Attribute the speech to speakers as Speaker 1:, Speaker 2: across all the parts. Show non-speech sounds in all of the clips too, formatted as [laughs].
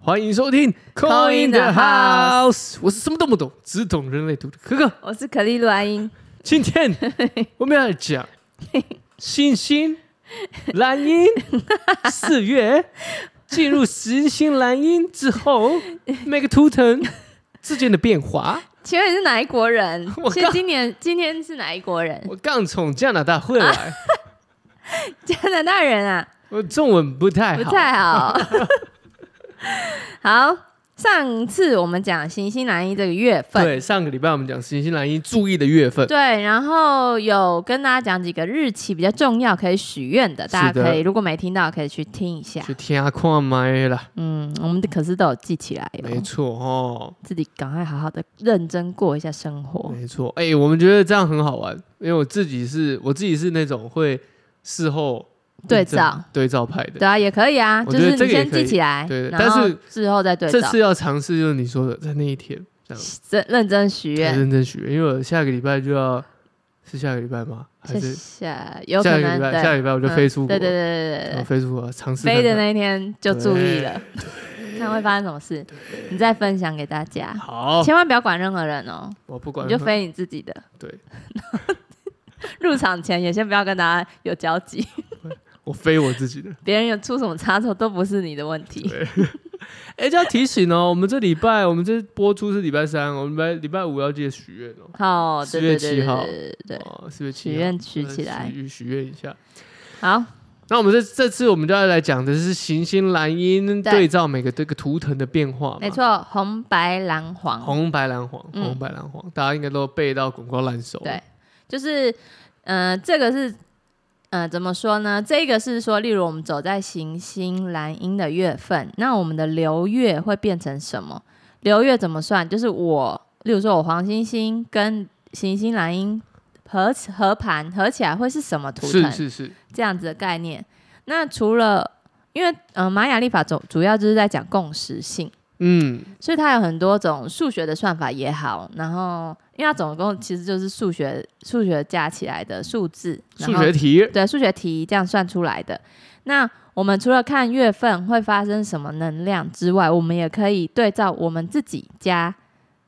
Speaker 1: 欢迎收听《
Speaker 2: Call in the House
Speaker 1: 我是什么都不懂，只懂人类图的可可。
Speaker 2: 我是可丽露阿英，
Speaker 1: 今
Speaker 2: [laughs]
Speaker 1: 天我们要讲星星蓝鹰，四月进入行星蓝鹰之后，每个图
Speaker 2: [laughs]
Speaker 1: 腾之间的变化。
Speaker 2: 请问你是哪一国人
Speaker 1: [laughs] 我？
Speaker 2: 现
Speaker 1: 刚
Speaker 2: 今年今天是哪一国人？
Speaker 1: 我刚从加拿大回来，
Speaker 2: [laughs] 加拿大人啊，
Speaker 1: 我中文不太
Speaker 2: 不
Speaker 1: 好。
Speaker 2: 太
Speaker 1: [laughs]
Speaker 2: 好。好，上次我们讲行星南一这个月份，
Speaker 1: 对，上个礼拜我们讲行星蓝鹰注意的月份，
Speaker 2: 对，然后有跟大家讲几个日期比较重要可以许愿的，大家
Speaker 1: 是的
Speaker 2: 可以如果没听到可以去听一下。
Speaker 1: 去天啊看麦啦，
Speaker 2: 嗯，我们可是都有记起来哟，
Speaker 1: 没错哦。
Speaker 2: 自己赶快好好的认真过一下生活。
Speaker 1: 没错，哎、我们觉得这样很好玩，因为我自己是我自己是那种会事后
Speaker 2: 对照
Speaker 1: 对照派的。
Speaker 2: 对啊，也可以啊，
Speaker 1: 我
Speaker 2: 就
Speaker 1: 觉得
Speaker 2: 是
Speaker 1: 这
Speaker 2: 你
Speaker 1: 个也
Speaker 2: 先
Speaker 1: 可以
Speaker 2: 记起来，
Speaker 1: 对
Speaker 2: 然
Speaker 1: 但
Speaker 2: 后
Speaker 1: 是
Speaker 2: 之后再对
Speaker 1: 这
Speaker 2: 照
Speaker 1: 次，要尝试就是你说的，在那一天这样
Speaker 2: 认认真许愿。
Speaker 1: 认真许愿，因为我下个礼拜就要是下个礼拜吗？还是
Speaker 2: 下有
Speaker 1: 下
Speaker 2: 可
Speaker 1: 个礼
Speaker 2: 能
Speaker 1: 拜
Speaker 2: 对，
Speaker 1: 下个礼拜我就
Speaker 2: 嗯
Speaker 1: 飞出国，
Speaker 2: 对对对对对
Speaker 1: 我
Speaker 2: 对，
Speaker 1: 飞出国尝试看
Speaker 2: 飞的
Speaker 1: 看
Speaker 2: 那一天就注意了， [laughs] 看会发生什么事，你再分享给大家，
Speaker 1: 好，
Speaker 2: 千万不要管任何人哦，
Speaker 1: 我哦不管
Speaker 2: 你就飞你自己的。
Speaker 1: [laughs] 对，
Speaker 2: 入场前也先不要跟大家有交
Speaker 1: [laughs]
Speaker 2: 集，
Speaker 1: 我飞我自己的。
Speaker 2: 别人有出什么差错都不是你的问题。
Speaker 1: [laughs] 哎、这要提醒哦，我们这礼拜我们这播出是礼拜三，我们礼拜礼拜五要记得许愿哦。
Speaker 2: 好，
Speaker 1: 4
Speaker 2: 对
Speaker 1: 月7
Speaker 2: 对对对
Speaker 1: 号
Speaker 2: 对对对，
Speaker 1: 哦，是不是七
Speaker 2: 许
Speaker 1: 号
Speaker 2: 愿许
Speaker 1: 呃
Speaker 2: 起来。
Speaker 1: 许许愿一下。
Speaker 2: 好，
Speaker 1: 那我们这这次我们就要来讲的是行星蓝鹰
Speaker 2: 对
Speaker 1: 对照每个这个图腾的变化嘛，
Speaker 2: 没，错，红白蓝黄，
Speaker 1: 红白蓝黄，
Speaker 2: 嗯
Speaker 1: 红白蓝黄，大家应该都背到滚瓜烂熟。
Speaker 2: 对，就是，呃，这个是，呃，怎么说呢？这个是说，例如我们走在行星蓝鹰的月份，那我们的流月会变成什么？流月怎么算？就是我，例如说我黄星星跟行星蓝鹰合合盘合起来会是什么图
Speaker 1: 是
Speaker 2: 腾？
Speaker 1: 是是，
Speaker 2: 这样子的概念。那除了因为呃玛雅历法总主要就是在讲共识性，
Speaker 1: 嗯，
Speaker 2: 所以它有很多种数学的算法也好，然后因为它总共其实就是数学数学加起来的数字，然
Speaker 1: 数
Speaker 2: 后
Speaker 1: 学题，
Speaker 2: 对数学题这样算出来的。那我们除了看月份会发生什么能量之外，我们也可以对照我们自己家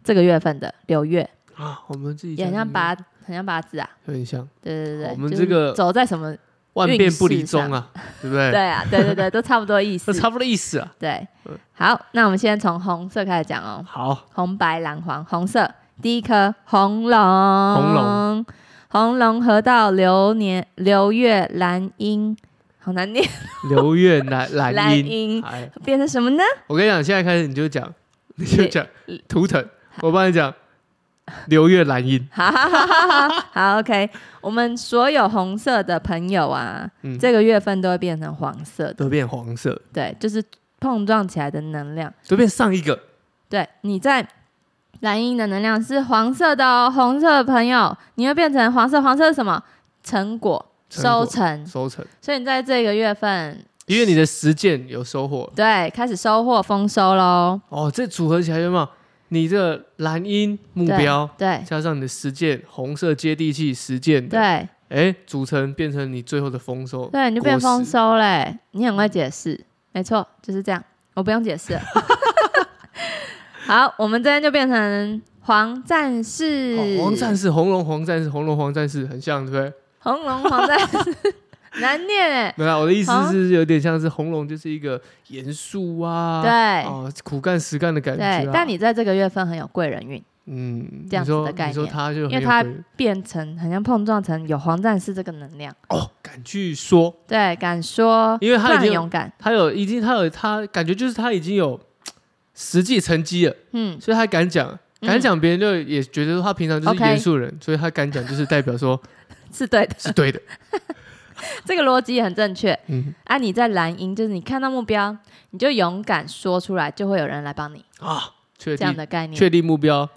Speaker 2: 这个月份的流月，
Speaker 1: 啊，我们自己
Speaker 2: 也很
Speaker 1: 家
Speaker 2: 像
Speaker 1: 里面
Speaker 2: 八很像八字啊，
Speaker 1: 有点像
Speaker 2: 对对对对，
Speaker 1: 哦我们
Speaker 2: 就
Speaker 1: 这个
Speaker 2: 是走在什么？
Speaker 1: 万
Speaker 2: 运
Speaker 1: 变不离
Speaker 2: 势
Speaker 1: 宗
Speaker 2: 上
Speaker 1: 啊，对不对？
Speaker 2: [laughs] 对啊，对对对，都差不多意
Speaker 1: 那
Speaker 2: 思
Speaker 1: [laughs] 。差不多意思啊。
Speaker 2: 对
Speaker 1: 嗯，
Speaker 2: 好，那我们先从红色开始讲哦。
Speaker 1: 好，
Speaker 2: 红白蓝黄，红色第一颗红龙，
Speaker 1: 红
Speaker 2: 红
Speaker 1: 龙，
Speaker 2: 红龙河道流年流月蓝鹰，好难念，
Speaker 1: 刘月蓝蓝
Speaker 2: [laughs] 蓝
Speaker 1: 鹰，
Speaker 2: 鹰
Speaker 1: 哎，
Speaker 2: 变成什么呢？
Speaker 1: 我跟你讲，现在开始你就讲，你就
Speaker 2: [laughs] 对
Speaker 1: 讲图腾，
Speaker 2: [laughs]
Speaker 1: 我帮你讲刘月蓝鹰，
Speaker 2: 好好好好好好，OK，我们所有红色的朋友啊，
Speaker 1: 嗯
Speaker 2: 这个月份都会变成黄色的，
Speaker 1: 都变黄色，
Speaker 2: 对，就是碰撞起来的能量。
Speaker 1: 都变上一个，
Speaker 2: 对，你在蓝鹰的能量是黄色的哦，红色的朋友，你会变成黄色。黄色是什么？成果
Speaker 1: 成
Speaker 2: 收
Speaker 1: 果
Speaker 2: 成。
Speaker 1: 收成。
Speaker 2: 所以你在这个月份，
Speaker 1: 因为你的实践有收获
Speaker 2: 对，开始收获丰收喽。
Speaker 1: 哦，这组合起来有没有？你这个蓝鹰目标
Speaker 2: 对
Speaker 1: 加上你的实践，红色接地气实践的，
Speaker 2: 对
Speaker 1: 哎，组成变成你最后的丰收。
Speaker 2: 对，你就变
Speaker 1: 果实
Speaker 2: 丰收嘞。你很会解释，没错，就是这样。我不用
Speaker 1: [laughs]
Speaker 2: 解释了。好，我们这边就变成黄战士，
Speaker 1: 哦黄战士、红龙、黄战士、红龙、黄战士很像，对不对？
Speaker 2: 红龙黄战士，难念
Speaker 1: [laughs]
Speaker 2: 哎。
Speaker 1: 没有啦，我的意思
Speaker 2: 好
Speaker 1: 是有点像是红龙，就是一个严肃啊，
Speaker 2: 对
Speaker 1: 哦，苦干实干的感觉啊。
Speaker 2: 对，但你在这个月份很有贵人运。
Speaker 1: 嗯，
Speaker 2: 这样子的
Speaker 1: 你说
Speaker 2: 概
Speaker 1: 你说
Speaker 2: 念
Speaker 1: 他就很
Speaker 2: 因
Speaker 1: 有
Speaker 2: 为他
Speaker 1: 规律
Speaker 2: 变成很像碰撞成有黄战士这个能量，
Speaker 1: 哦，敢去说，
Speaker 2: 对，敢说，
Speaker 1: 因为他已
Speaker 2: 非常
Speaker 1: 经有
Speaker 2: 勇敢，
Speaker 1: 他有已经他有他感觉就是他已经有实际成绩了。
Speaker 2: 嗯，
Speaker 1: 所以他敢讲，
Speaker 2: 嗯
Speaker 1: 敢讲，别人就也觉得说他平常就是
Speaker 2: OK
Speaker 1: 严肃人所以他敢讲就是代表说
Speaker 2: [laughs] 是对的，
Speaker 1: 是对的。
Speaker 2: 这个逻辑也很正确。
Speaker 1: 嗯
Speaker 2: 啊，你在蓝鹰，就是你看到目标，你就勇敢说出来，就会有人来帮你，
Speaker 1: 啊，确
Speaker 2: 这样
Speaker 1: 定
Speaker 2: 的概念，
Speaker 1: 确定目标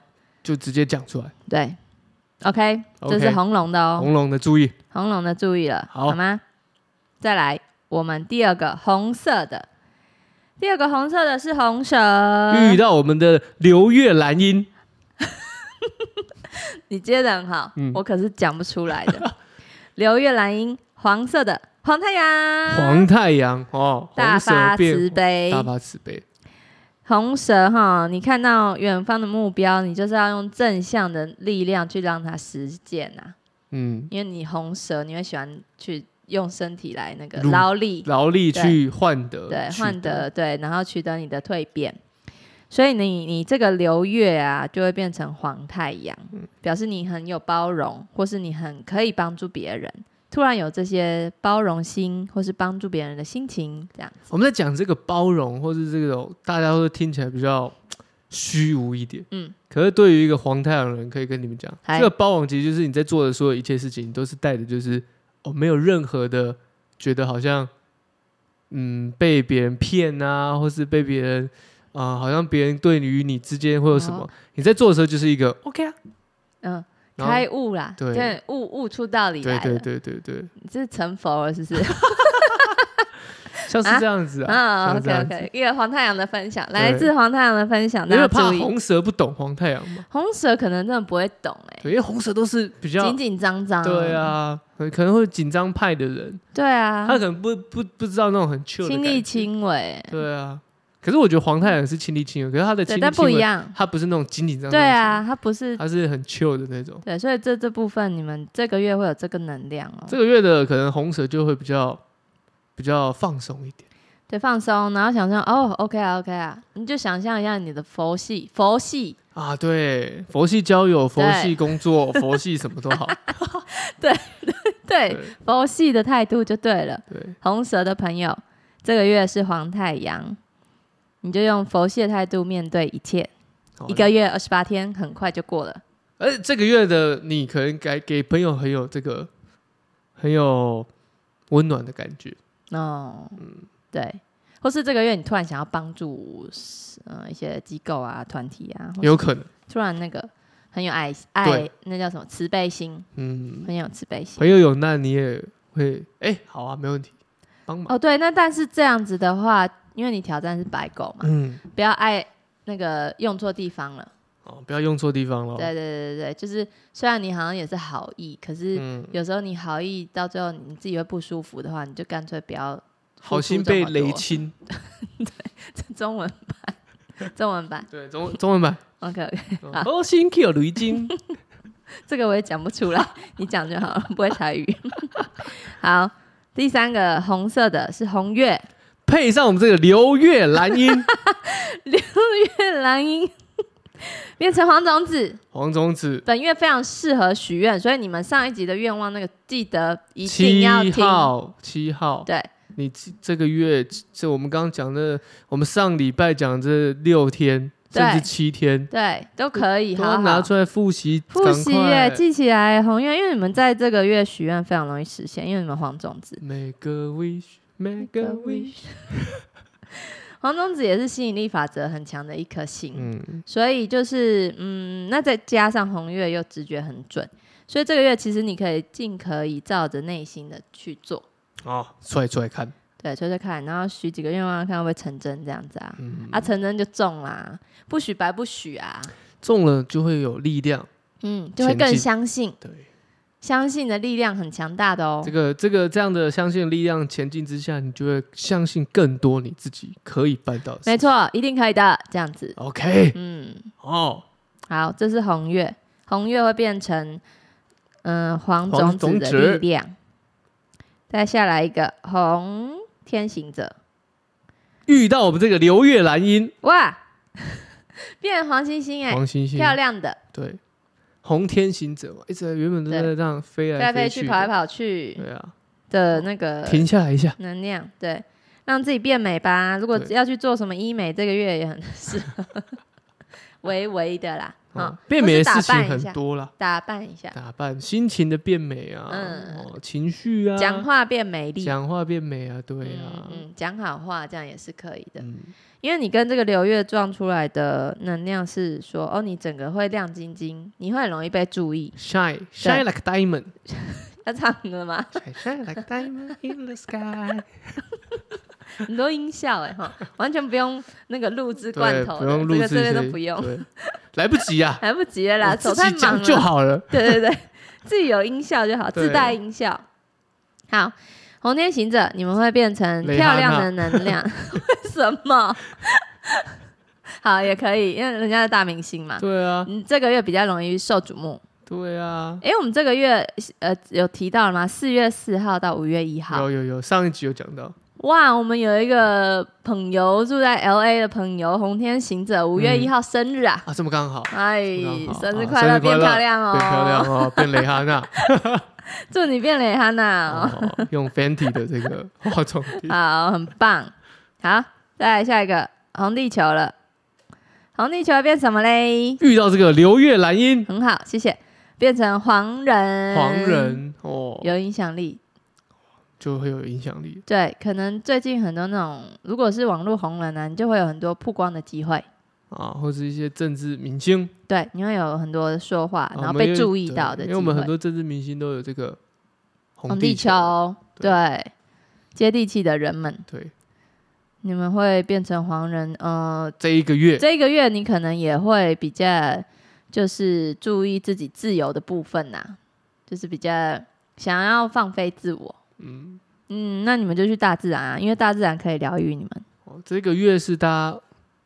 Speaker 1: 就直接讲出来。
Speaker 2: 对，OK，
Speaker 1: OK
Speaker 2: 这是红龙的哦，
Speaker 1: 红龙的注意，
Speaker 2: 红龙的注意了，
Speaker 1: 好
Speaker 2: 吗？再来，我们第二个红色的，第二个红色的是红蛇，呃
Speaker 1: 遇到我们的流月蓝音，
Speaker 2: 你接的很好，
Speaker 1: 嗯
Speaker 2: 我可是讲不出来
Speaker 1: [laughs]
Speaker 2: 的。流月蓝鹰，黄色的黄太阳，
Speaker 1: 黄太阳哦，
Speaker 2: 啊大
Speaker 1: 红
Speaker 2: 发
Speaker 1: 蛇
Speaker 2: 慈
Speaker 1: 变
Speaker 2: 悲
Speaker 1: 大，发慈悲，
Speaker 2: 红蛇哈，你看到远方的目标，你就是要用正向的力量去让它实践呐、
Speaker 1: 嗯，
Speaker 2: 因为你红蛇，你会喜欢去用身体来那个
Speaker 1: 撸
Speaker 2: 劳力，
Speaker 1: 劳力
Speaker 2: 对
Speaker 1: 去换得，
Speaker 2: 对，
Speaker 1: 取
Speaker 2: 换得对，然后取得你的蜕变。所以你你这个流月啊，就会变成黄太阳，
Speaker 1: 嗯
Speaker 2: 表示你很有包容，或是你很可以帮助别人。突然有这些包容心，或是帮助别人的心情，这样
Speaker 1: 我们在讲这个包容，或是这种大家会听起来比较虚无一点，
Speaker 2: 嗯，
Speaker 1: 可是对于一个黄太阳人，可以跟你们讲，
Speaker 2: 嗨
Speaker 1: 这个包容其实就是你在做的所有一切事情，你都是带着就是哦，没有任何的觉得好像嗯被别人骗啊，或是被别人啊、好像别人对于你之间会有什么，
Speaker 2: 哦
Speaker 1: 你在做的时候就是一个 OK 啊，
Speaker 2: 嗯、
Speaker 1: 然后
Speaker 2: 开悟啦，
Speaker 1: 对
Speaker 2: 悟悟出道理来
Speaker 1: 对
Speaker 2: 了，
Speaker 1: 对对对对，
Speaker 2: 你是成佛了是不是？
Speaker 1: 像是这样子啊，
Speaker 2: 啊
Speaker 1: 像是这
Speaker 2: ，OK
Speaker 1: 样子
Speaker 2: OK，一个黄太阳的分享，
Speaker 1: 对
Speaker 2: 来自黄太阳的分享，
Speaker 1: 因
Speaker 2: 大
Speaker 1: 为
Speaker 2: 家
Speaker 1: 怕
Speaker 2: 注意。
Speaker 1: 红蛇不懂黄太阳嘛，
Speaker 2: 红蛇可能真的不会懂哎、
Speaker 1: 对，因为红蛇都是比较
Speaker 2: 紧紧张张。
Speaker 1: 对，啊，可可能会紧张派的人，
Speaker 2: 对啊
Speaker 1: 他，可能不不不知道那种很 chill 的
Speaker 2: 亲
Speaker 1: 感
Speaker 2: 力
Speaker 1: 觉。
Speaker 2: 亲为，
Speaker 1: 对啊，可是我觉得黄太阳是亲力亲为，可是他的亲
Speaker 2: 对，
Speaker 1: 力
Speaker 2: 但
Speaker 1: 亲
Speaker 2: 不一
Speaker 1: 为，
Speaker 2: 样。
Speaker 1: 他不是那种紧紧张张。
Speaker 2: 对，啊，他不是
Speaker 1: 他是很 chill 的那种。
Speaker 2: 对，所以这这部分你们这个月会有这个能量哦，
Speaker 1: 这个月的可能红蛇就会比较比较放松一点，
Speaker 2: 对，放松，然后想象哦，OK 啊，OK 啊，你就想象一下你的佛系，佛系，
Speaker 1: 啊，对，佛系交友、佛系工
Speaker 2: [laughs]
Speaker 1: 作、佛系什么都好，
Speaker 2: 对，
Speaker 1: 对
Speaker 2: 佛系的态度就对了。
Speaker 1: 对，
Speaker 2: 红蛇的朋友，这个月是黄太阳，你就用佛系的态度面对一切。
Speaker 1: 好
Speaker 2: 一。个月二十八天，很快就过了。
Speaker 1: 而且这个月的你可能给给朋友很有这个很有温暖的感觉，
Speaker 2: 哦，对，或是这个月你突然想要帮助嗯、呃一些机构啊、团体啊，或
Speaker 1: 有可能，
Speaker 2: 突然那个很有爱爱
Speaker 1: 对，
Speaker 2: 那叫什么慈悲心，
Speaker 1: 嗯。
Speaker 2: 很有慈悲心。
Speaker 1: 朋友有难你也会哎、好啊，没问题，帮忙。
Speaker 2: 哦，对，那但是这样子的话，因为你挑战是白狗嘛，
Speaker 1: 嗯，
Speaker 2: 不要爱那个用错地方了。
Speaker 1: 哦，不要用错地方了。
Speaker 2: 对啊对对对对，就是虽然你好像也是好意，可是
Speaker 1: 嗯，
Speaker 2: 有时候你好意到最后你自己会不舒服的话，你就干脆不要
Speaker 1: 好心被雷侵。
Speaker 2: [laughs] 中文版，中文版 [laughs]
Speaker 1: 对，中中文版，
Speaker 2: OK OK，
Speaker 1: 嗯好心 Q 雷金。
Speaker 2: 这个我也讲不出来， [laughs] 你讲就好了，不会台语。好，第三个红色的是红月 [laughs]
Speaker 1: 配上我们这个流月兰音，
Speaker 2: 月兰英，变成黄种子。
Speaker 1: 黄种子，
Speaker 2: 本月非常适合许愿，所以你们上一集的愿望那个记得一定
Speaker 1: 七
Speaker 2: 要听。
Speaker 1: 号，七号，
Speaker 2: 对
Speaker 1: 你这这个月，这我们刚刚讲的，我们上礼拜讲这六天，
Speaker 2: 对
Speaker 1: 甚至七天，
Speaker 2: 对，都可以，
Speaker 1: 都
Speaker 2: 好
Speaker 1: 要拿
Speaker 2: 好
Speaker 1: 出来复习，
Speaker 2: 复
Speaker 1: 赶
Speaker 2: 习
Speaker 1: 快
Speaker 2: 耶，记起来红月，因为你们在这个月许愿非常容易实现，因为你们黄种子。
Speaker 1: Make a wish，Make a wish。
Speaker 2: [laughs] 黄种子也是吸引力法则很强的一颗星，
Speaker 1: 嗯，
Speaker 2: 所以就是嗯，那再加上红月又直觉很准，所以这个月其实你可以尽可以照着内心的去做，
Speaker 1: 哦，出来出来看，
Speaker 2: 对，吹吹看，然后许几个愿望看会不会成真这样子啊，
Speaker 1: 嗯，
Speaker 2: 啊成真就中啦，不许白不许啊，
Speaker 1: 中了就会有力量。
Speaker 2: 嗯，就会
Speaker 1: 前
Speaker 2: 更
Speaker 1: 进
Speaker 2: 相信，
Speaker 1: 对，
Speaker 2: 相信的力量很强大的哦
Speaker 1: 这，个这个这样的相信力量前进之下，你就会相信更多你自己可以办到的事。
Speaker 2: 没错，一定可以的，这样子，
Speaker 1: OK，
Speaker 2: 嗯。
Speaker 1: 哦，
Speaker 2: 好，这是红月，红月会变成嗯、呃黄
Speaker 1: 黄
Speaker 2: 种
Speaker 1: 种
Speaker 2: 子
Speaker 1: 子
Speaker 2: 的力量。再下来一个红天行者，
Speaker 1: 遇到我们这个流月兰英
Speaker 2: 哇， [laughs] 变黄星星哎、
Speaker 1: 黄星星，
Speaker 2: 漂亮的，
Speaker 1: 对，红天行者嘛，一直原本都在
Speaker 2: 对
Speaker 1: 这样飞
Speaker 2: 飞
Speaker 1: 来
Speaker 2: 来
Speaker 1: 飞
Speaker 2: 飞去、
Speaker 1: 的
Speaker 2: 跑来跑去
Speaker 1: 对啊，
Speaker 2: 的那个
Speaker 1: 停下来一下，
Speaker 2: 能量，对，让自己变美吧。如果
Speaker 1: 对
Speaker 2: 要去做什么医美，这个月也很适合， [laughs] 微微的啦，啊、
Speaker 1: 啊，变美的事情
Speaker 2: 或是打扮一下
Speaker 1: 很多啦，
Speaker 2: 打扮一下，
Speaker 1: 打扮、心情的变美啊，
Speaker 2: 嗯
Speaker 1: 哦，情绪啊，
Speaker 2: 讲话变美丽，
Speaker 1: 讲话变美啊，对啊
Speaker 2: 嗯，嗯，讲好话这样也是可以的。
Speaker 1: 嗯，
Speaker 2: 因为你跟这个流月撞出来的能量是说，哦，你整个会亮晶晶，你会很容易被注意。 [laughs]
Speaker 1: shine shine like diamond，
Speaker 2: 要唱歌吗？
Speaker 1: shine like diamond in the sky。
Speaker 2: 很多音效哎哈，完全不用那个录制罐
Speaker 1: 对，
Speaker 2: 头的，
Speaker 1: 不用录
Speaker 2: 这
Speaker 1: 制这
Speaker 2: 个这
Speaker 1: 些，
Speaker 2: 边都不用，
Speaker 1: 对，来不及啊
Speaker 2: [laughs] ，来不及了啦，
Speaker 1: 我
Speaker 2: 手
Speaker 1: 自
Speaker 2: 太
Speaker 1: 己
Speaker 2: 忙
Speaker 1: 讲就
Speaker 2: 了。
Speaker 1: 好了。
Speaker 2: [laughs] 对对对，自己有音效就好，
Speaker 1: 对
Speaker 2: 自带音效。好，红天行者，你们会变成
Speaker 1: 蕾
Speaker 2: [laughs] 漂
Speaker 1: 哈
Speaker 2: 亮
Speaker 1: 娜
Speaker 2: 的能量，为什么？ [laughs] 好，也可以，因为人家是大明星嘛。
Speaker 1: 对啊，
Speaker 2: [laughs] 嗯，这个月比较容易受瞩目。
Speaker 1: 对啊，
Speaker 2: 诶，我们这个月呃有提到了吗？四月四号到五月一号。
Speaker 1: 有有有，上一集有讲到，
Speaker 2: 哇，我们有一个朋友住在 L A 的朋友，红天行者，五月一号生日啊！
Speaker 1: 啊，这么刚好，
Speaker 2: 哎
Speaker 1: 这么，好
Speaker 2: 生日
Speaker 1: 啊
Speaker 2: 快
Speaker 1: 生
Speaker 2: 乐，
Speaker 1: 日快
Speaker 2: 变
Speaker 1: 乐
Speaker 2: 漂亮哦！
Speaker 1: 变漂亮哦，变蕾哈娜，
Speaker 2: [laughs] 祝你变蕾哈娜哦！
Speaker 1: 哦，用 Fenty 的这个化妆品，
Speaker 2: 好，很棒。好，再来下一个红地球了。红地球变什么嘞？
Speaker 1: 遇到这个流月兰英
Speaker 2: 很好，谢谢。变成黄人，
Speaker 1: 黄人哦，
Speaker 2: 嗯有影响力。
Speaker 1: 就会有影响力。
Speaker 2: 对，可能最近很多那种，如果是网络红人呢、啊你就会有很多曝光的机会。
Speaker 1: 啊，或是一些政治明星，
Speaker 2: 对，你会有很多的说话，
Speaker 1: 啊
Speaker 2: 然后
Speaker 1: 我们
Speaker 2: 被
Speaker 1: 也
Speaker 2: 注意
Speaker 1: 对
Speaker 2: 到的
Speaker 1: 因
Speaker 2: 机
Speaker 1: 为我们很
Speaker 2: 会。
Speaker 1: 多政治明星都有这个
Speaker 2: 红
Speaker 1: 红
Speaker 2: 地
Speaker 1: 球，
Speaker 2: 球，
Speaker 1: 对
Speaker 2: 对，接地气的人们，
Speaker 1: 对，
Speaker 2: 你们会变成黄人，呃，
Speaker 1: 这一个月，
Speaker 2: 这个月你可能也会比较，就是注意自己自由的部分呐、就是比较想要放飞自我。
Speaker 1: 嗯，
Speaker 2: 嗯，那你们就去大自然啊，因为大自然可以疗愈你们。
Speaker 1: 哦，这个月是大家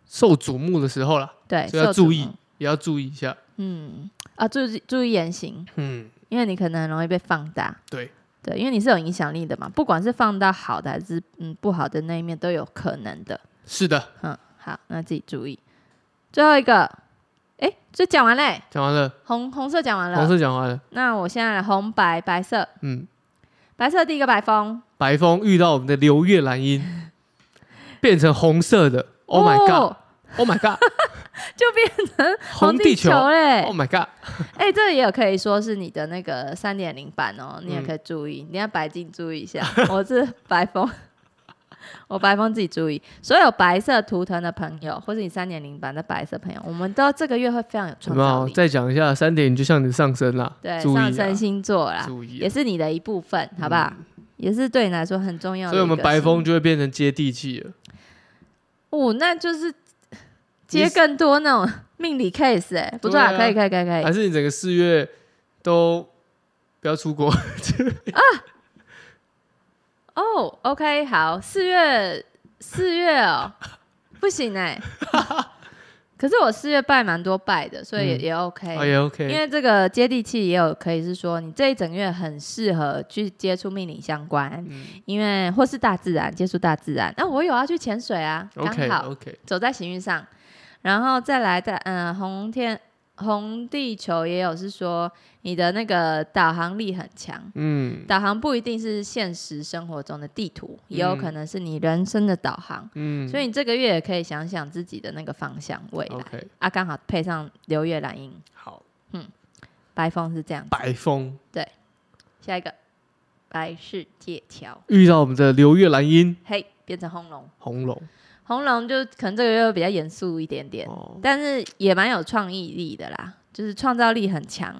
Speaker 1: 受瞩目的时候啦，
Speaker 2: 对，
Speaker 1: 所以要
Speaker 2: 受瞩
Speaker 1: 注意
Speaker 2: 目。
Speaker 1: 也要注意一下。
Speaker 2: 嗯，啊，注意注意言行，
Speaker 1: 嗯，
Speaker 2: 因为你可能很容易被放大。
Speaker 1: 对，
Speaker 2: 对，因为你是有影响力的嘛，不管是放大好的还是嗯不好的那一面都有可能的。
Speaker 1: 是的，
Speaker 2: 嗯，好，那自己注意。最后一个，哎，这讲完嘞，
Speaker 1: 讲完了，
Speaker 2: 红红色讲完了
Speaker 1: 黄，色讲完了，
Speaker 2: 那我现在来红白白色，
Speaker 1: 嗯，
Speaker 2: 白色第一个白风
Speaker 1: 白风遇到我们的流月兰英， [laughs] 变成红色的，Oh my
Speaker 2: 哦
Speaker 1: god，Oh my god，
Speaker 2: [laughs] 就变
Speaker 1: 红
Speaker 2: 地
Speaker 1: 地球
Speaker 2: 嘞！
Speaker 1: ，Oh my god，
Speaker 2: 哎、这也有可以说是你的那个三点零版哦，你也
Speaker 1: 嗯
Speaker 2: 可以注意，你要白净注意一下。我是白风， [laughs] 我白风自己注意。所有白色图腾的朋友，或是你三点零版的白色朋友，我们都这个月会非常有
Speaker 1: 怎
Speaker 2: 创
Speaker 1: 么
Speaker 2: 造
Speaker 1: 样？
Speaker 2: 力。
Speaker 1: 再讲一下三点，就像你的上升啦，
Speaker 2: 对，
Speaker 1: 注意
Speaker 2: 上
Speaker 1: 啊
Speaker 2: 升星座啦，
Speaker 1: 注意
Speaker 2: 也
Speaker 1: 啊，嗯
Speaker 2: 是你的一部分，好不好？也是对你来说很重要的。
Speaker 1: 所以我们白风，就会变成接地气了。
Speaker 2: 哦，那就是接更多那种命理 case 哎、不错啊，
Speaker 1: 对啊
Speaker 2: 可以，可以，可以，可以。
Speaker 1: 还是你整个四月都不要出国？
Speaker 2: 哦、o k 好，四月四月哦，不行哎、
Speaker 1: [laughs]
Speaker 2: 可是我四月拜蛮多拜的，所以也、
Speaker 1: 嗯
Speaker 2: 也 OK，、
Speaker 1: [laughs] 哦，也
Speaker 2: 因
Speaker 1: OK，
Speaker 2: 为这个接地气也有可以是说，你这一整月很适合去接触命理相关，
Speaker 1: 嗯
Speaker 2: 因为或是大自然接触大自然。那、我有要去潜水啊，刚
Speaker 1: ，OK 哦
Speaker 2: 好
Speaker 1: OK，
Speaker 2: 走在行运上，然后再来的嗯、呃红天红地球也有是说你的那个导航力很强，
Speaker 1: 嗯
Speaker 2: 导航不一定是现实生活中的地图，也有
Speaker 1: 嗯
Speaker 2: 可能是你人生的导航。
Speaker 1: 嗯，
Speaker 2: 所以你这个月也可以想想自己的那个方向未来
Speaker 1: OK
Speaker 2: 啊，刚好配上流月兰英，
Speaker 1: 好，
Speaker 2: 白风是这样。
Speaker 1: 白风
Speaker 2: 下一个白世界条，
Speaker 1: 遇到我们的流月兰英
Speaker 2: 嘿，变成红龙，
Speaker 1: 红龙
Speaker 2: 红龙就可能这个月会比较严肃一点点，
Speaker 1: 哦，
Speaker 2: 但是也蛮有创意力的啦，就是创造力很强。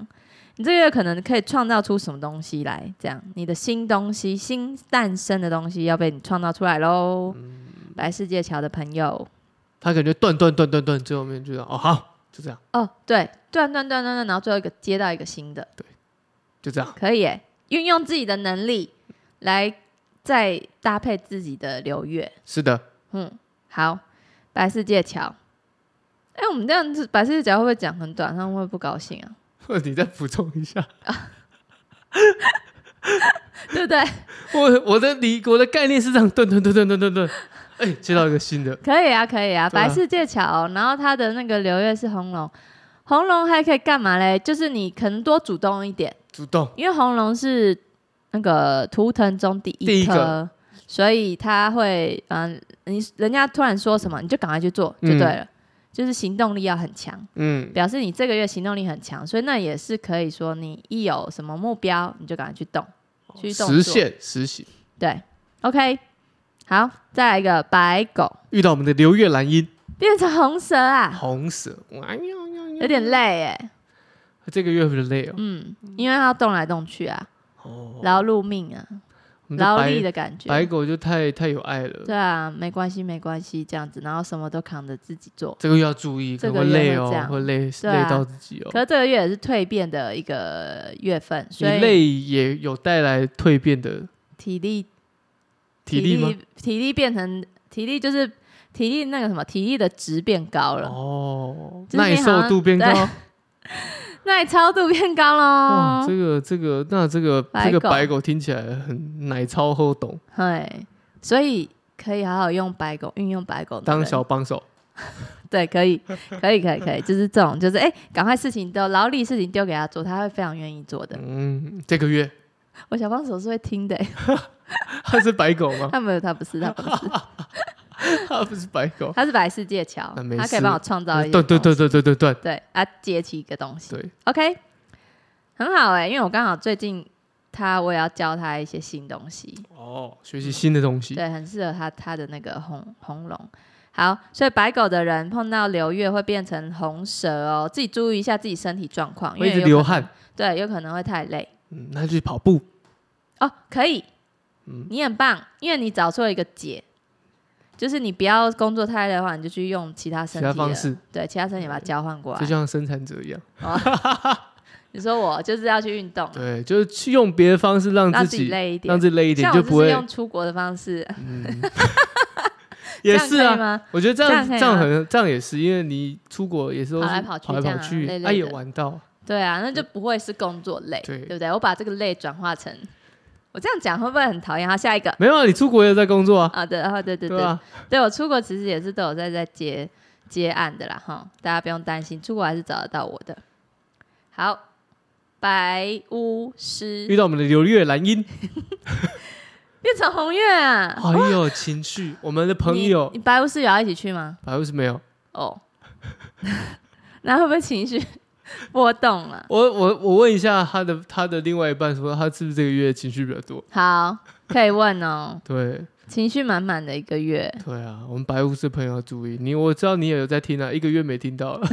Speaker 2: 你这个月可能可以创造出什么东西来？这样，你的新东西、新诞生的东西要被你创造出来喽。白世界桥的朋友，
Speaker 1: 他感觉断断断断断，最后面就这样哦，好，就这样，
Speaker 2: 哦，对，断断断断断，然后最后一个接到一个新的，
Speaker 1: 就这样，
Speaker 2: 可以耶，运用自己的能力来再搭配自己的流月。
Speaker 1: 是的， [laughs]
Speaker 2: 嗯，好，白世界桥。哎，我们这样子，白世界桥会不会讲很短？他们会不高兴啊？ [laughs]
Speaker 1: 你再补充一下，
Speaker 2: 对不对？
Speaker 1: 我我的理我的概念是这样，顿顿顿顿顿顿顿，哎，接到一个新的，
Speaker 2: 可以啊，可以啊，
Speaker 1: 对啊
Speaker 2: 白世界桥，然后它的那个流月是红龙，红龙还可以干嘛嘞？就是你可能多主动一点，
Speaker 1: 主动
Speaker 2: 因为红龙是那个图腾中第
Speaker 1: 第
Speaker 2: 一
Speaker 1: 一
Speaker 2: 颗，
Speaker 1: 个
Speaker 2: 所以它会嗯、你人家突然说什么，你就赶快去做就对了，就是行动力要很强，
Speaker 1: 嗯，
Speaker 2: 表示你这个月行动力很强，所以那也是可以说你一有什么目标，你就赶快去动，去动作
Speaker 1: 哦实现实行，
Speaker 2: 对，OK，好，再来一个白狗
Speaker 1: 遇到我们的流月兰英
Speaker 2: 变成红蛇啊。
Speaker 1: 红蛇，哎呦呦
Speaker 2: 有
Speaker 1: 呦，
Speaker 2: 点累哎，
Speaker 1: 这个月会不会累哦？
Speaker 2: 嗯，因为它要动来动去啊，
Speaker 1: 哦，
Speaker 2: 劳碌命啊，
Speaker 1: 我们的
Speaker 2: 劳
Speaker 1: 白
Speaker 2: 力的感觉。
Speaker 1: 白狗就太太有爱了，
Speaker 2: 对啊，没关系，没关系，这样子，然后什么都扛着自己做。
Speaker 1: 这个又要注意，
Speaker 2: 这
Speaker 1: 可
Speaker 2: 个
Speaker 1: 能会累
Speaker 2: 月会
Speaker 1: 哦
Speaker 2: 这，样
Speaker 1: 会累
Speaker 2: 对啊
Speaker 1: 累到自己
Speaker 2: 可
Speaker 1: 哦。
Speaker 2: 是这个月也是蜕变的一个月份，
Speaker 1: 你
Speaker 2: 所以
Speaker 1: 累也有带来蜕变的
Speaker 2: 体力
Speaker 1: 体力吗？
Speaker 2: 体力变成体力就是体力那个什么体力的值变高了，
Speaker 1: 哦，
Speaker 2: 就是
Speaker 1: 耐
Speaker 2: 你好
Speaker 1: 受
Speaker 2: 像
Speaker 1: 度变
Speaker 2: 对
Speaker 1: 高，
Speaker 2: 耐操度变高
Speaker 1: 哇，
Speaker 2: 喽
Speaker 1: 这。个这个，那这个
Speaker 2: 哦白
Speaker 1: 这个
Speaker 2: 狗
Speaker 1: 白狗听起来很奶超后懂，
Speaker 2: 对，所以可以好好用白狗，运用白狗的
Speaker 1: 当
Speaker 2: 人
Speaker 1: 小帮手，
Speaker 2: 对，可以，可以，可以，可以，就是这种，就是哎，赶、快事情都劳力事情丢给他做，他会非常愿意做的。
Speaker 1: 嗯，哦这个月 [laughs]
Speaker 2: 我小帮手是会听的、哎
Speaker 1: 他是白狗
Speaker 2: [laughs]
Speaker 1: 吗？
Speaker 2: 他没有，他不是，他不是，
Speaker 1: 哦他不是白狗，
Speaker 2: 他是白世界桥
Speaker 1: 那没，
Speaker 2: 他可以
Speaker 1: 事嗯
Speaker 2: 帮我创造一些
Speaker 1: 对对对
Speaker 2: 东
Speaker 1: 对对对对
Speaker 2: 西对，啊，接起一个东西
Speaker 1: 对，
Speaker 2: ，OK，很好哎、因为我刚好最近他我也要教他一些新东西，
Speaker 1: 哦，学习新的东西，
Speaker 2: 对，很适合他他的那个红红龙。好，所以白狗的人碰到流月会变成红蛇哦，自己注意一下自己身体状况，因
Speaker 1: 会一
Speaker 2: 为
Speaker 1: 直
Speaker 2: 有
Speaker 1: 流
Speaker 2: 可能，
Speaker 1: 汗，
Speaker 2: 对，有可能会太累。
Speaker 1: 嗯，那就去跑步，
Speaker 2: 哦，可以，
Speaker 1: 嗯
Speaker 2: 你很棒，因为你找出了一个解，就是你不要工作太累的话，你就去用其他
Speaker 1: 其
Speaker 2: 身体
Speaker 1: 他
Speaker 2: 的
Speaker 1: 方式
Speaker 2: 对其他身体把它交换过
Speaker 1: 就
Speaker 2: 来。
Speaker 1: 像生产者一样，
Speaker 2: 你说我就是要去运动，
Speaker 1: 对，就是去用别的方式让
Speaker 2: 让
Speaker 1: 自
Speaker 2: 自己
Speaker 1: 己
Speaker 2: 累一点
Speaker 1: 让，自己累一点，
Speaker 2: 像
Speaker 1: 就
Speaker 2: 我
Speaker 1: 不
Speaker 2: 就是
Speaker 1: 会，
Speaker 2: 用出国的方式，
Speaker 1: 嗯，
Speaker 2: [laughs] 这
Speaker 1: [laughs] 也
Speaker 2: 样
Speaker 1: 是
Speaker 2: 可以
Speaker 1: 啊。
Speaker 2: 吗？
Speaker 1: 我觉得这
Speaker 2: 这
Speaker 1: 样
Speaker 2: 样可以
Speaker 1: 这样
Speaker 2: 吗
Speaker 1: 很这样也是，因为你出国也是都是
Speaker 2: 跑来跑去
Speaker 1: 跑
Speaker 2: 这
Speaker 1: 来
Speaker 2: 样
Speaker 1: 跑
Speaker 2: 啊
Speaker 1: 去，
Speaker 2: 累
Speaker 1: 啊
Speaker 2: 累
Speaker 1: 也
Speaker 2: 的
Speaker 1: 玩到，
Speaker 2: 对啊，那就不会是工作累，
Speaker 1: 对
Speaker 2: 不对？我把这个累转化成，我这样讲会不会很讨厌？好，下一个
Speaker 1: 没有啊，你出国也有在工作啊，
Speaker 2: 啊，对，啊，对对对，
Speaker 1: 啊，
Speaker 2: 对我出国其实也是都有在在接接案的啦，哈，大家不用担心，出国还是找得到我的。好，白巫师
Speaker 1: 遇到我们的刘月兰
Speaker 2: [laughs]
Speaker 1: 英，
Speaker 2: 变成红月啊，
Speaker 1: 哎呦，情绪，我们的朋
Speaker 2: 你
Speaker 1: 友
Speaker 2: 你白巫师有要一起去吗？
Speaker 1: 白不是没有，
Speaker 2: 哦， [laughs] 那会不会情绪波动啊了、
Speaker 1: 我我我问一下他的他的另外一半说他是不是这个月情绪比较多？
Speaker 2: 好，可以问哦，
Speaker 1: 对
Speaker 2: 情绪满满的一个月，
Speaker 1: 对啊，我们白巫师的朋友要注意你，我知道你也有在听啊，一个月没听到了，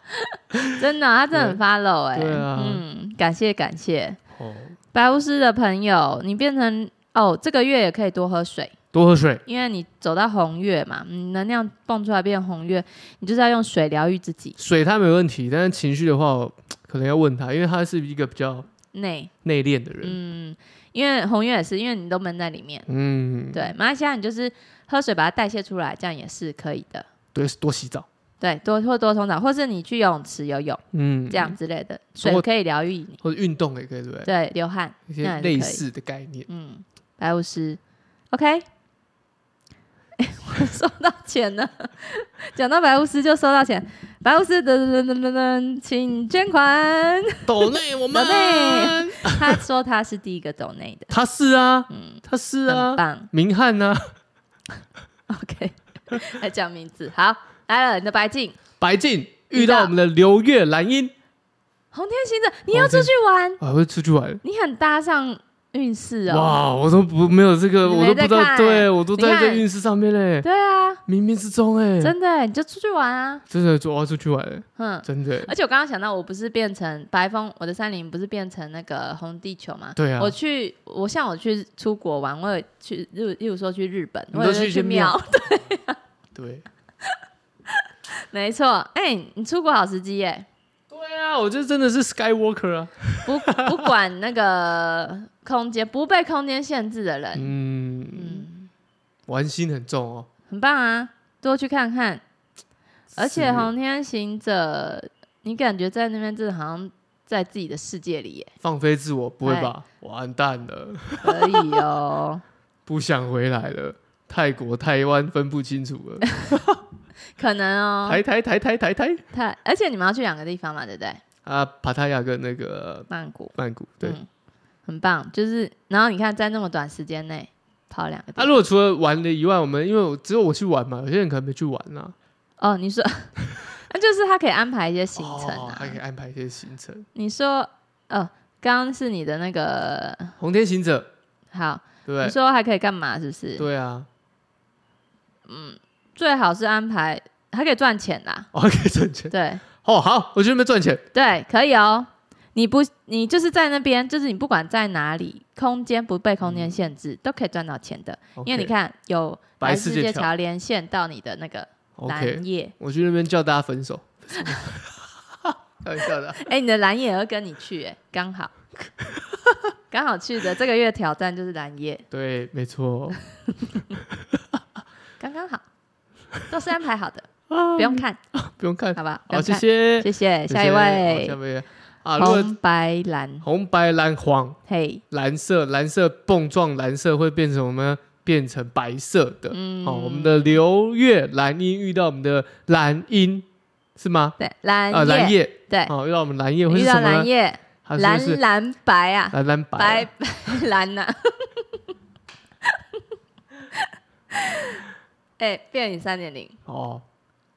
Speaker 2: [laughs] 真的，哦他真的很 follow 哎、
Speaker 1: 对啊
Speaker 2: 嗯，感谢感谢，
Speaker 1: 哦，
Speaker 2: 白巫师的朋友，你变成哦，这个月也可以多喝水。
Speaker 1: 多喝水，
Speaker 2: 因为你走到红月嘛，你能量蹦出来变红月，你就是要用水疗愈自己
Speaker 1: 水他没问题，但是情绪的话，我可能要问他，因为他是一个比较
Speaker 2: 内，
Speaker 1: 内敛的人，
Speaker 2: 嗯，因为红月也是，因为你都闷在里面，
Speaker 1: 嗯，
Speaker 2: 对，马来西亚你就是喝水把它代谢出来，这样也是可以的，
Speaker 1: 对，多洗澡，
Speaker 2: 对，多或多冲澡，或是你去游泳池游泳
Speaker 1: 嗯，
Speaker 2: 这样之类的，
Speaker 1: 通
Speaker 2: 水
Speaker 1: 过
Speaker 2: 可以疗愈你，
Speaker 1: 或者运动也可以，对不对？
Speaker 2: 对，流汗，
Speaker 1: 一
Speaker 2: 那
Speaker 1: 些
Speaker 2: 也
Speaker 1: 类
Speaker 2: 可以
Speaker 1: 似的概念，
Speaker 2: 嗯，白巫师，OK。我收到钱了，讲到白巫师就收到钱，白巫师噔噔噔噔噔，请捐款。
Speaker 1: [laughs] 抖内我们
Speaker 2: 抖，内他说他是第一个抖内的，
Speaker 1: 他是啊，
Speaker 2: 嗯，
Speaker 1: 他是啊
Speaker 2: 很，棒
Speaker 1: 明翰啊呢、
Speaker 2: [laughs] ，OK，来 [laughs] 讲名字，好，来了，你的白净，
Speaker 1: 白净遇
Speaker 2: 遇
Speaker 1: 到
Speaker 2: 到
Speaker 1: 我们的刘月兰英，
Speaker 2: 红天行者，你要出去玩，
Speaker 1: 啊，会出去玩。
Speaker 2: 你很搭上运势哦，
Speaker 1: 哇，我都不没有这个，
Speaker 2: 你
Speaker 1: 我
Speaker 2: 没
Speaker 1: 都不知
Speaker 2: 在
Speaker 1: 道，
Speaker 2: 看
Speaker 1: 对我都
Speaker 2: 你
Speaker 1: 在
Speaker 2: 看
Speaker 1: 这运势上面嘞，
Speaker 2: 对啊，
Speaker 1: 冥冥之中哎，
Speaker 2: 真的，你就出去玩啊，
Speaker 1: 真的我要出去玩了，
Speaker 2: 嗯。
Speaker 1: 真的
Speaker 2: 而且我刚刚想到，我不是变成白风，我的山林不是变成那个红地球嘛？
Speaker 1: 对啊
Speaker 2: 我去，我像我去出国玩，我有去，例如例如说去日本，
Speaker 1: 你
Speaker 2: 我
Speaker 1: 都
Speaker 2: 有
Speaker 1: 去一些
Speaker 2: 去庙，
Speaker 1: 对。
Speaker 2: [laughs] 没错。哎、你出国好时机耶！
Speaker 1: 对啊，我就真的是 Skywalker 啊，
Speaker 2: 不不管那个空间，不被空间限制的人，
Speaker 1: 嗯，
Speaker 2: 嗯，
Speaker 1: 玩心很重哦，
Speaker 2: 很棒啊，多去看看。而且
Speaker 1: 是
Speaker 2: 红天行者，你感觉在那边真的好像在自己的世界里耶，
Speaker 1: [laughs] 放飞自我，不会
Speaker 2: 哎
Speaker 1: 吧？完蛋了，
Speaker 2: 可以哦，
Speaker 1: 不想回来了，泰国、台湾分不清楚了，
Speaker 2: 可能 [laughs] 哦，
Speaker 1: 台台台台台台
Speaker 2: 太，而且你们要去两个地方嘛，对不对？
Speaker 1: 啊，帕塔亚跟那个
Speaker 2: 曼谷，
Speaker 1: 曼谷，对，
Speaker 2: 嗯，很棒。就是，然后你看，在那么短时间内跑两个
Speaker 1: 啊，
Speaker 2: 地方，
Speaker 1: 如果除了玩的以外，我们因为我只有我去玩嘛，有些人可能没去玩啊，
Speaker 2: 哦，你说， [laughs] 那就是他可以安排一些行程
Speaker 1: 哦
Speaker 2: 啊
Speaker 1: 还可以。安排一些行程。
Speaker 2: 你说，哦，刚刚是你的那个
Speaker 1: 红天行者，
Speaker 2: 好，
Speaker 1: 对
Speaker 2: 你
Speaker 1: 不
Speaker 2: 说还可以干嘛？是不是
Speaker 1: 对？？对啊，
Speaker 2: 最好是安排，还可以赚钱啦。
Speaker 1: 哦，还可以赚钱。
Speaker 2: 对
Speaker 1: 哦，好，我去那边赚钱。
Speaker 2: 对，可以哦。你不，你就是在那边，就是你不管在哪里，空间不被空间限制，都可以赚到钱的。因为你
Speaker 1: OK，
Speaker 2: 看，有
Speaker 1: 白世
Speaker 2: 世
Speaker 1: 界
Speaker 2: 界
Speaker 1: 桥
Speaker 2: 桥连线到你的那个蓝
Speaker 1: ，OK，
Speaker 2: 叶，
Speaker 1: 我去那边叫大家分手。 [laughs] 开玩笑的啊，
Speaker 2: 哎、你的蓝叶也会跟你去、哎，刚好， [laughs] 刚好去的这个月挑战就是蓝叶，
Speaker 1: 对，没错，
Speaker 2: 刚刚好。都是安排
Speaker 1: [laughs]
Speaker 2: 好的，
Speaker 1: 啊
Speaker 2: 不用看，
Speaker 1: 不用看。
Speaker 2: 好吧？不
Speaker 1: 哎好，谢
Speaker 2: 用看，
Speaker 1: 谢，
Speaker 2: 谢谢，
Speaker 1: 谢
Speaker 2: 下一
Speaker 1: 谢
Speaker 2: 位
Speaker 1: 哦好下，一位啊，如果
Speaker 2: 红白蓝，
Speaker 1: 红白蓝黄
Speaker 2: 嘿，
Speaker 1: 蓝色，蓝色蹦撞蓝色会变成我们变成白色的。
Speaker 2: 嗯，
Speaker 1: 哦，我们的流月蓝鹰遇到我们的蓝鹰是吗？
Speaker 2: 对
Speaker 1: 啊，
Speaker 2: 蓝
Speaker 1: 蓝
Speaker 2: 叶，
Speaker 1: 叶
Speaker 2: 对，
Speaker 1: 哦，遇到我们蓝叶会
Speaker 2: 遇
Speaker 1: 是
Speaker 2: 到
Speaker 1: 什么
Speaker 2: 蓝
Speaker 1: 呢？
Speaker 2: 叶，
Speaker 1: 它是不
Speaker 2: 蓝
Speaker 1: 是
Speaker 2: 蓝白啊，
Speaker 1: 蓝蓝白
Speaker 2: 白
Speaker 1: 啊？
Speaker 2: 蓝呐、 [laughs] 哎、变你三点零，
Speaker 1: 哦，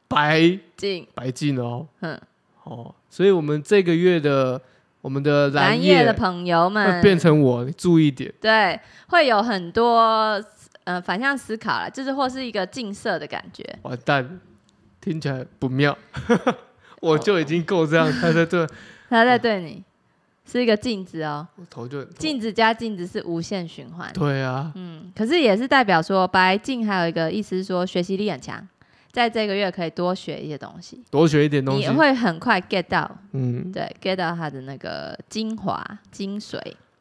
Speaker 1: 白
Speaker 2: 进，
Speaker 1: 白净哦
Speaker 2: 嗯，
Speaker 1: 哦，所以我们这个月的我们的
Speaker 2: 蓝叶
Speaker 1: 叶
Speaker 2: 的朋友
Speaker 1: 会
Speaker 2: 们，
Speaker 1: 变成我，你注意一点。
Speaker 2: 对，会有很多呃反向思考啦，就是或是一个近色的感觉，
Speaker 1: 完蛋，听起来不妙。我就已经够这样，他在这，
Speaker 2: 他在对你是一个镜子哦，
Speaker 1: 我头就很痛
Speaker 2: 镜子加镜子是无限循环，
Speaker 1: 对啊，
Speaker 2: 嗯，可是也是代表说白镜还有一个意思是说学习力很强，在这个月可以多学一些东西，
Speaker 1: 多学一点东
Speaker 2: 你
Speaker 1: 西。
Speaker 2: 会很快 get 到
Speaker 1: 嗯，
Speaker 2: 对，get 到它的那个精华精髓。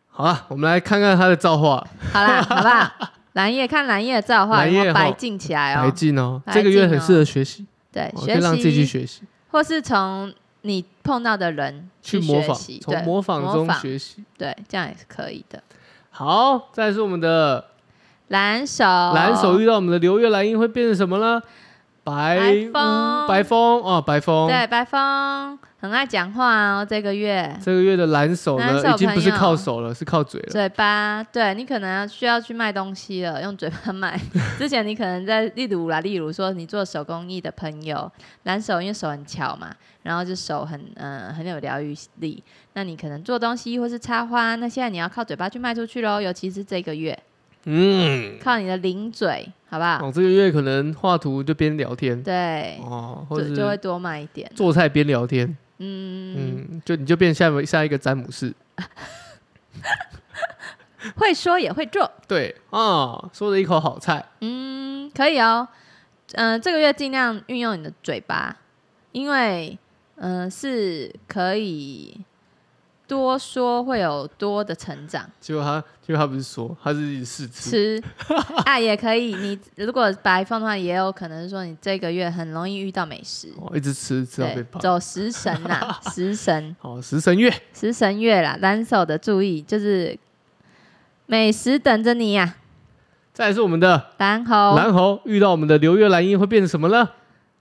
Speaker 1: 好啊，我们来看看他的造化，
Speaker 2: 好啦，好不好？蓝叶看蓝叶的造化，
Speaker 1: 蓝
Speaker 2: 然
Speaker 1: 叶
Speaker 2: 后白
Speaker 1: 吼
Speaker 2: 净起来
Speaker 1: 白
Speaker 2: 哦。
Speaker 1: 净哦，
Speaker 2: 白
Speaker 1: 这个月
Speaker 2: 净
Speaker 1: 很
Speaker 2: 哦
Speaker 1: 适合学习，
Speaker 2: 对，
Speaker 1: 哦可
Speaker 2: 学
Speaker 1: 以让自己去
Speaker 2: 习，
Speaker 1: 学习，
Speaker 2: 或是从你碰到的人
Speaker 1: 去模
Speaker 2: 学
Speaker 1: 仿
Speaker 2: 习，，
Speaker 1: 从
Speaker 2: 对，
Speaker 1: 模仿中
Speaker 2: 模仿
Speaker 1: 学习。
Speaker 2: 对，这样也是可以的。
Speaker 1: 好，再来是我们的
Speaker 2: 蓝手，
Speaker 1: 蓝
Speaker 2: 蓝
Speaker 1: 手遇到我们的流月蓝印会变成什么呢？白
Speaker 2: 白
Speaker 1: 乌
Speaker 2: 风
Speaker 1: 白风哦，白风。
Speaker 2: 对，白风很爱讲话哦，这个月
Speaker 1: 这个月的蓝手
Speaker 2: 蓝
Speaker 1: 呢，
Speaker 2: 手
Speaker 1: 已经不是
Speaker 2: 朋友
Speaker 1: 靠手了，是靠嘴了。
Speaker 2: 嘴巴，对你可能要需要去卖东西了，用嘴巴卖。 [laughs] 之前你可能在，例如啦，例如说你做手工艺的朋友，蓝手因为手很巧嘛，然后就手很嗯、呃很有疗愈力。那你可能做东西或是插花，那现在你要靠嘴巴去卖出去喽，尤其是这个月，
Speaker 1: 嗯，
Speaker 2: 靠你的零嘴，好不好？
Speaker 1: 哦，这个月可能画图就边聊天，
Speaker 2: 啊对，
Speaker 1: 哦，或
Speaker 2: 就就
Speaker 1: 者
Speaker 2: 会多卖一点。
Speaker 1: 做菜边聊天，
Speaker 2: 嗯，
Speaker 1: 嗯，就你就变下下一个詹姆士，
Speaker 2: 会说也会做，
Speaker 1: 对啊，说了一口好菜，
Speaker 2: 嗯，可以哦。嗯、这个月尽量运用你的嘴巴，因为嗯、呃是可以多说会有多的成长。
Speaker 1: 结果他结果他不是说他是自己试吃，
Speaker 2: 吃啊也可以，你如果白放的话，也有可能说你这个月很容易遇到美食，
Speaker 1: 哦，一直吃吃到被
Speaker 2: 对，
Speaker 1: 胖，
Speaker 2: 走啊食神呐、 [laughs] 食神
Speaker 1: 哦，食神月
Speaker 2: 食神月啦，单手的注意就是美食等着你呀、
Speaker 1: 再来是我们的
Speaker 2: 然后
Speaker 1: 蓝猴遇到我们的流月蓝印会变成什么呢？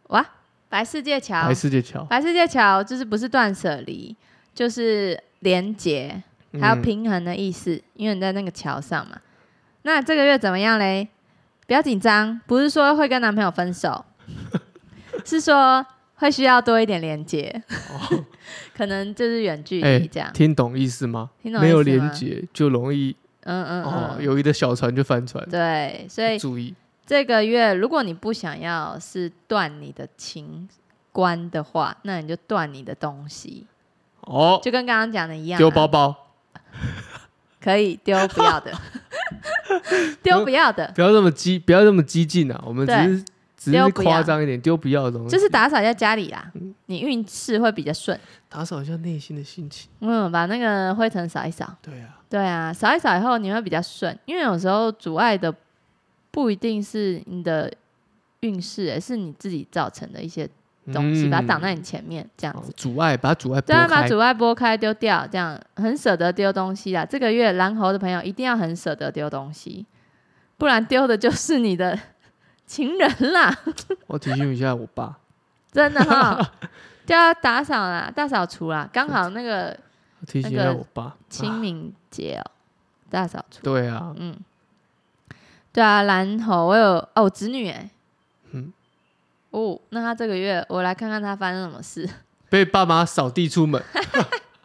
Speaker 2: 哇，白世界桥，
Speaker 1: 白世界桥，
Speaker 2: 白世界桥就是不是断舍离，就是连结，还有
Speaker 1: 嗯
Speaker 2: 平衡的意思，因为你在那个桥上嘛。那这个月怎么样嘞？不要紧张，不是说会跟男朋友
Speaker 1: [laughs]
Speaker 2: 分手，是说会需要多一点连接，
Speaker 1: 哦
Speaker 2: [laughs] 可能就是远距
Speaker 1: 哎
Speaker 2: 离这样。
Speaker 1: 听懂意思吗？
Speaker 2: 听懂
Speaker 1: 没
Speaker 2: 意
Speaker 1: 有
Speaker 2: 思
Speaker 1: 连
Speaker 2: 吗
Speaker 1: 结就容易
Speaker 2: 嗯嗯
Speaker 1: 哦，
Speaker 2: 嗯，
Speaker 1: 友谊的小船就翻船，
Speaker 2: 对，所以
Speaker 1: 注意
Speaker 2: 这个月如果你不想要是断你的情关的话，那你就断你的东西，
Speaker 1: 哦，
Speaker 2: 就跟刚刚讲的一样、啊，
Speaker 1: 丢包包。
Speaker 2: 可以丢不
Speaker 1: [laughs]
Speaker 2: 要的，丢不要的，
Speaker 1: 不要这么激，不要这么激进啊！我们只
Speaker 2: 对
Speaker 1: 是只
Speaker 2: 丢
Speaker 1: 是
Speaker 2: 不要
Speaker 1: 夸张一点，丢不要的东西。
Speaker 2: 就是打扫一下家里啦，
Speaker 1: 嗯
Speaker 2: 你运势会比较顺。
Speaker 1: 打扫一下内心的心情。
Speaker 2: 嗯，把那个灰尘扫一扫。
Speaker 1: 对啊，
Speaker 2: 对啊，扫一扫以后你会比较顺，因为有时候阻碍的不一定是你的运势、欸，是你自己造成的一些东西，把它挡在你前面这样
Speaker 1: 哦
Speaker 2: 子。
Speaker 1: 阻碍，把它阻嗯哦碍拨
Speaker 2: 对啊，把
Speaker 1: 开。
Speaker 2: 阻碍拨开丢掉，这样很舍得丢东西啦。这个月蓝猴的朋友一定要很舍得丢东西，不然丢的就是你的 [laughs] 情人啦。
Speaker 1: 我提醒一下我爸，
Speaker 2: 真的
Speaker 1: [laughs]
Speaker 2: 哈，就要打扫啦，大扫除啦，刚好那个
Speaker 1: 我提醒一
Speaker 2: 那
Speaker 1: 下
Speaker 2: 个
Speaker 1: 我爸。
Speaker 2: 清
Speaker 1: 啊
Speaker 2: 明节哦，大扫除。
Speaker 1: 对啊，
Speaker 2: 嗯，对啊，然后我有哦，我侄女哎，
Speaker 1: 嗯
Speaker 2: 哦，那她这个月我来看看她发生什么事。 [laughs]
Speaker 1: 被爸妈扫地出门，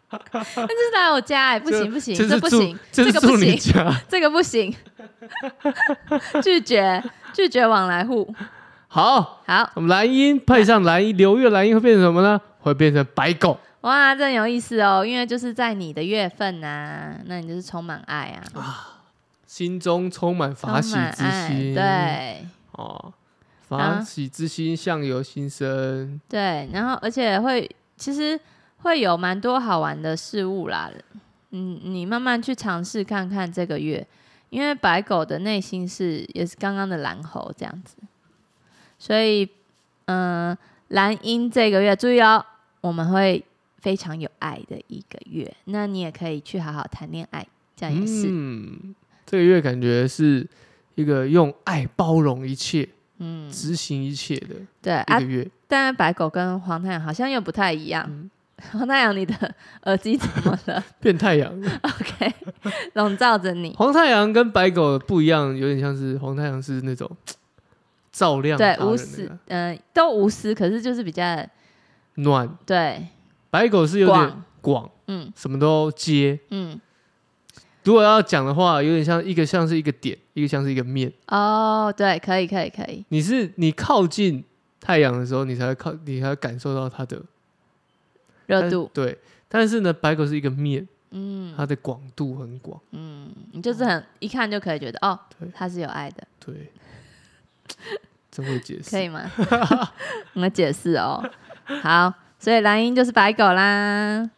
Speaker 2: 那这是来我家哎，不
Speaker 1: 这
Speaker 2: 行不行，
Speaker 1: 这是
Speaker 2: 不
Speaker 1: 住
Speaker 2: 行，
Speaker 1: 这
Speaker 2: 这
Speaker 1: 是
Speaker 2: 个不
Speaker 1: 住你
Speaker 2: 行，
Speaker 1: 家。
Speaker 2: 这个不行， [laughs] 拒绝拒绝往来户。
Speaker 1: 好，
Speaker 2: 好
Speaker 1: 我们蓝鹰配上蓝鹰，流月蓝鹰会变成什么呢？会变成白狗
Speaker 2: 哇，真有意思哦，因为就是在你的月份呐、那你就是充满爱啊，
Speaker 1: 啊，心中充满
Speaker 2: 充
Speaker 1: 法喜
Speaker 2: 满
Speaker 1: 之
Speaker 2: 爱
Speaker 1: 心。，
Speaker 2: 对。
Speaker 1: 哦，法
Speaker 2: 啊
Speaker 1: 喜之心相由心生。
Speaker 2: 对，然后而且会其实会有蛮多好玩的事物啦，嗯，你慢慢去尝试看看这个月，因为白狗的内心是也是刚刚的蓝猴这样子，所以，嗯、蓝鹰这个月注意哦，我们会非常有爱的一个月。那你也可以去好好谈恋爱，这样也是。
Speaker 1: 嗯，这个月感觉是一个用爱包容一切、
Speaker 2: 嗯，
Speaker 1: 执行一切的
Speaker 2: 对
Speaker 1: 一
Speaker 2: 啊
Speaker 1: 个，月。
Speaker 2: 但白狗跟黄太阳好像又不太一样。
Speaker 1: 嗯
Speaker 2: [laughs] 黄太阳，你的 [laughs] 耳机怎么了
Speaker 1: 变太
Speaker 2: [laughs]
Speaker 1: 阳，
Speaker 2: ？OK，笼罩着你。
Speaker 1: 黄太阳跟白狗不一样，有点像是黄太阳是那种照亮
Speaker 2: 对，
Speaker 1: 他
Speaker 2: 无
Speaker 1: 人的
Speaker 2: 私
Speaker 1: 那个，
Speaker 2: 嗯、都无私，可是就是比较
Speaker 1: 暖，
Speaker 2: 对，
Speaker 1: 白狗是有点
Speaker 2: 广
Speaker 1: 广，
Speaker 2: 嗯
Speaker 1: 什么都接。
Speaker 2: 嗯，
Speaker 1: 如果要讲的话，有点像一个像是一个点，一个像是一个面。
Speaker 2: 哦，对，可以，可以，可以，
Speaker 1: 你是你靠近太阳的时候，你才会靠，你才会感受到它的
Speaker 2: 热度，
Speaker 1: 对，但是呢，白狗是一个面，
Speaker 2: 嗯
Speaker 1: 它的广度很广。
Speaker 2: 嗯，你就是很一看就可以觉得，哦
Speaker 1: 对，
Speaker 2: 他是有爱的，
Speaker 1: 对， [laughs] 真会解
Speaker 2: 可
Speaker 1: 释。[laughs]
Speaker 2: 以吗？我们解释哦，好，所以蓝鹰就是白狗啦，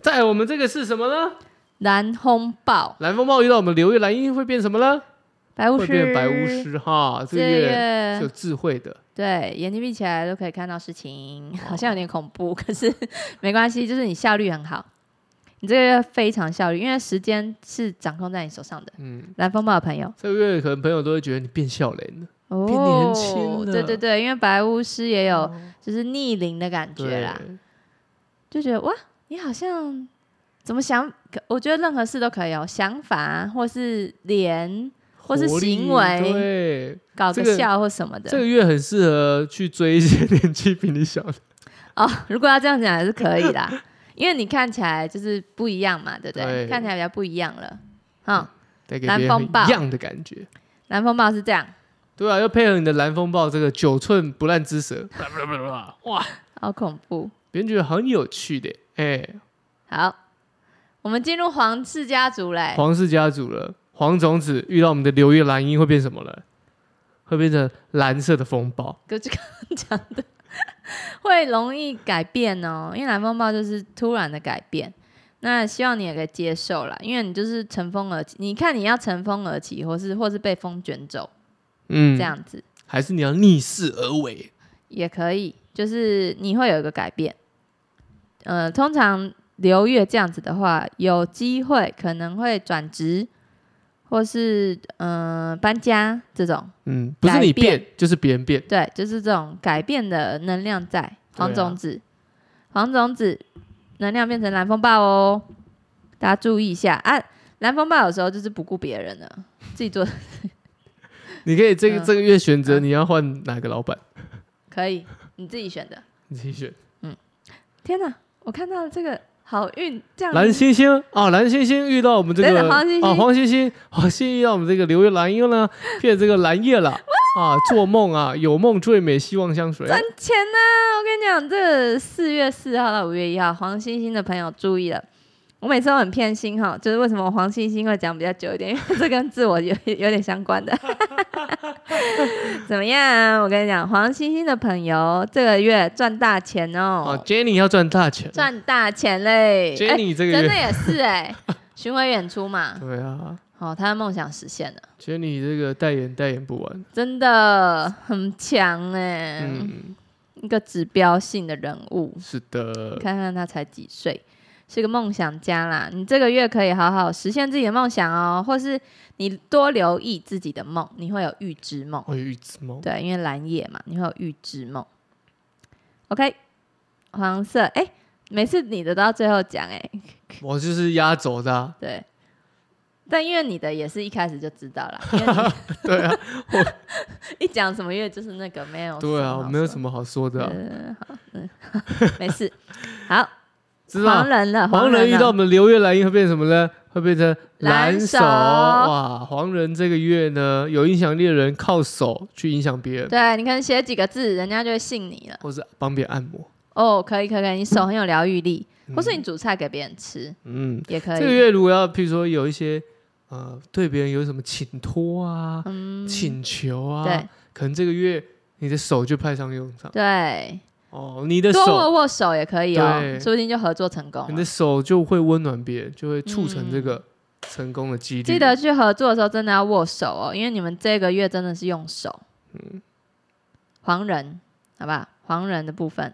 Speaker 1: 再来我们这个是什么呢？
Speaker 2: 蓝轰爆，
Speaker 1: 蓝风暴遇到我们流月蓝鹰会变什么呢？
Speaker 2: 白巫
Speaker 1: 会变
Speaker 2: 师，
Speaker 1: 白巫，师哈，这
Speaker 2: 这
Speaker 1: 个
Speaker 2: 个
Speaker 1: 月是有
Speaker 2: 月
Speaker 1: 智慧的。
Speaker 2: 对眼睛闭起来都可以看到事情， [laughs] 好像有
Speaker 1: 哦
Speaker 2: 点恐怖，可是没关系，就是你效率很好。你这个月非常效率，因为时间是掌控在你手上的。
Speaker 1: 嗯，
Speaker 2: 蓝风暴的朋友，
Speaker 1: 这个月可能朋友都会觉得你变笑脸了。
Speaker 2: 哦，
Speaker 1: 年轻了
Speaker 2: 对对对，因为白巫师也有
Speaker 1: 哦
Speaker 2: 就是逆龄的感觉
Speaker 1: 对
Speaker 2: 啦，就觉得哇，你好像怎么想？可我觉得任何事都可以哦，想法或是脸或是
Speaker 1: 活力
Speaker 2: 行为
Speaker 1: 对，
Speaker 2: 搞
Speaker 1: 这
Speaker 2: 个
Speaker 1: 个
Speaker 2: 笑或什么的、
Speaker 1: 这个月很适合去追一些年纪比你小的。
Speaker 2: 哦。 [laughs] 如果要这样讲还是可以
Speaker 1: [laughs]
Speaker 2: 啦，因为你看起来就是不一样嘛，对不对？
Speaker 1: 对
Speaker 2: 看起来比较不一样了。嗯，
Speaker 1: 带给
Speaker 2: 蓝
Speaker 1: 别人
Speaker 2: 风暴
Speaker 1: 很一样的感觉，
Speaker 2: 蓝风暴是这样
Speaker 1: 对啊，要配合你的蓝风暴这个九寸不烂之舌，哇，
Speaker 2: 好恐怖。
Speaker 1: 别人觉得很有趣的，哎、
Speaker 2: 好，我们进入皇室家族嘞，
Speaker 1: 皇室家族了，黄种子遇到我们的流月蓝鹰会变什么了？会变成蓝色的风暴，
Speaker 2: 就就刚刚讲的， [laughs] 会容易改变哦，因为蓝风暴就是突然的改变。那希望你也可以接受啦，因为你就是乘风而起。你看你要乘风而起，或是或是被风卷走
Speaker 1: 嗯，
Speaker 2: 这样子、
Speaker 1: 还是你要逆势而为，
Speaker 2: 也可以，就是你会有一个改变。呃，通常流月这样子的话，有机会可能会转职，或是嗯、呃搬家这种。
Speaker 1: 嗯，不是你变就是别人变，
Speaker 2: 对，就是这种改变的能量在黄
Speaker 1: 对啊
Speaker 2: 种子，黄种子能量变成蓝风暴哦，大家注意一下啊！蓝风暴有时候就是不顾别人了，自己做 [laughs]
Speaker 1: 你可以这个、
Speaker 2: 嗯
Speaker 1: 这个月选择
Speaker 2: 嗯
Speaker 1: 你要换哪个老板， [laughs]
Speaker 2: 可以，你自己选的。
Speaker 1: 你自己选。
Speaker 2: 嗯天哪，我看到了这个好运这样
Speaker 1: 蓝
Speaker 2: 子
Speaker 1: 星星啊，蓝星星遇到我们这
Speaker 2: 等
Speaker 1: 个
Speaker 2: 等黄星星
Speaker 1: 啊，黄星星，黄星星遇到我们这个流月蓝鹰呢，变这个蓝叶
Speaker 2: [laughs]
Speaker 1: 了啊，做梦啊，有梦最美，希望相随。
Speaker 2: 赚钱呐、我跟你讲，这四月四号到五月一号，黄星星的朋友注意了。我每次都很偏心哈，就是为什么黄星星会讲比较久一点，因为这跟自我有有点相关的。 [laughs] 怎么样、我跟你讲，黄星星的朋友这个月赚大钱
Speaker 1: 啊
Speaker 2: 哦，
Speaker 1: ，Jenny 要赚大钱
Speaker 2: 赚、大钱嘞！哎、
Speaker 1: ，Jenny 这个
Speaker 2: 真的
Speaker 1: 月，
Speaker 2: 也是
Speaker 1: [laughs]
Speaker 2: 哎、巡回演出嘛，
Speaker 1: 对啊
Speaker 2: 哦，他的梦想实现了，
Speaker 1: ，Jenny 这个代言代言不完，
Speaker 2: 真的很强哎、
Speaker 1: 嗯，
Speaker 2: 一个指标性的人物。
Speaker 1: 是的，
Speaker 2: 嗯看看他才几岁，是个梦想家啦。你这个月可以好好实现自己的梦想哦，或是你多留意自己的梦，你会有预知梦。
Speaker 1: 我有预知梦，
Speaker 2: 对，因为蓝夜嘛，你会有预知梦。OK，黄色，哎、每次你的都要最后讲，哎，
Speaker 1: 我就是压轴的
Speaker 2: [laughs]
Speaker 1: 啊，
Speaker 2: 对。但因为你的也是一开始就知道
Speaker 1: [laughs]
Speaker 2: 啦，因为你
Speaker 1: 对啊，
Speaker 2: 一讲什么月就是那个没有，
Speaker 1: 对啊，没有什么
Speaker 2: 么
Speaker 1: 好说的啊，
Speaker 2: 好，嗯， [laughs] 没事，好，
Speaker 1: [laughs] 知道
Speaker 2: 黄人了，
Speaker 1: 黄
Speaker 2: 人
Speaker 1: 人遇到
Speaker 2: 了
Speaker 1: 我们流月蓝鹰会变成什么呢？会变成
Speaker 2: 蓝
Speaker 1: 蓝
Speaker 2: 手
Speaker 1: 哇！黄人这个月呢，有影响力的人靠手去影响别人，
Speaker 2: 对，你可能写几个字，人家就会信你了。
Speaker 1: 或是帮别人按摩。
Speaker 2: 哦，可以可以，可以，你手很有疗愈力，或是你煮菜给别人吃
Speaker 1: 嗯，
Speaker 2: 也可
Speaker 1: 这个
Speaker 2: 以。
Speaker 1: 月如果要，譬如说有一些呃，对别人有什么请托啊、
Speaker 2: 嗯，
Speaker 1: 请求
Speaker 2: 对
Speaker 1: 啊，可能这个月你的手就派上用场
Speaker 2: 对，
Speaker 1: 哦，你的
Speaker 2: 多
Speaker 1: 手，
Speaker 2: 握握手也可以哦，
Speaker 1: 对
Speaker 2: 说不定就合作成功
Speaker 1: 你
Speaker 2: 了
Speaker 1: 的。手就会温暖别人，就会促成这
Speaker 2: 嗯
Speaker 1: 个成功的几率。
Speaker 2: 记得
Speaker 1: 嗯
Speaker 2: 去合作的时候真的要握手哦，因为你们这个月真的是用手。黄人，好吧，黄人的部分，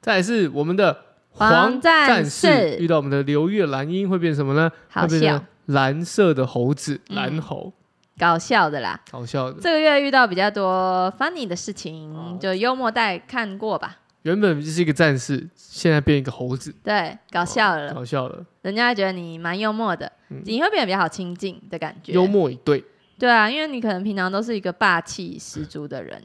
Speaker 1: 再来是我们的
Speaker 2: 黄战
Speaker 1: 战
Speaker 2: 士
Speaker 1: 遇到我们的流月蓝鹰会变什么呢？
Speaker 2: 好
Speaker 1: 会变
Speaker 2: 笑
Speaker 1: 成，蓝色的猴子，
Speaker 2: 嗯
Speaker 1: 蓝猴，
Speaker 2: 搞笑的啦。
Speaker 1: 好笑的。
Speaker 2: 这个月遇到比较多 funny 的事情
Speaker 1: 嗯哦，
Speaker 2: 就幽默带看过吧。
Speaker 1: 原本就是一个战士，现在变一个猴子，
Speaker 2: 对，
Speaker 1: 哦
Speaker 2: 搞笑了，
Speaker 1: 好笑了，
Speaker 2: 人家会觉得你蛮幽默的，
Speaker 1: 嗯
Speaker 2: 你会变得比较好亲近的感觉。
Speaker 1: 幽默以对。
Speaker 2: 对啊，因为你可能平常都是一个霸气十足的人，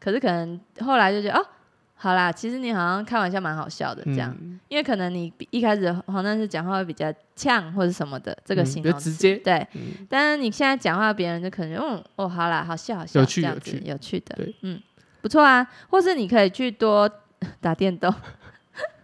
Speaker 2: 可是可能后来就觉得哦，好啦，其实你好像开玩笑蛮好笑的这样，
Speaker 1: 嗯，
Speaker 2: 因为可能你一开始黄战士讲话会比较呛或者什么的，这个
Speaker 1: 嗯
Speaker 2: 形
Speaker 1: 比较
Speaker 2: 容词、
Speaker 1: 直接。
Speaker 2: 对，
Speaker 1: 嗯
Speaker 2: 但是你现在讲话，别人就可能嗯哦，好啦，好笑好笑，
Speaker 1: 有趣
Speaker 2: 这样子
Speaker 1: 有趣
Speaker 2: 有趣的
Speaker 1: 对，
Speaker 2: 嗯，不错啊，或是你可以去多 [laughs] 打电动。 [laughs]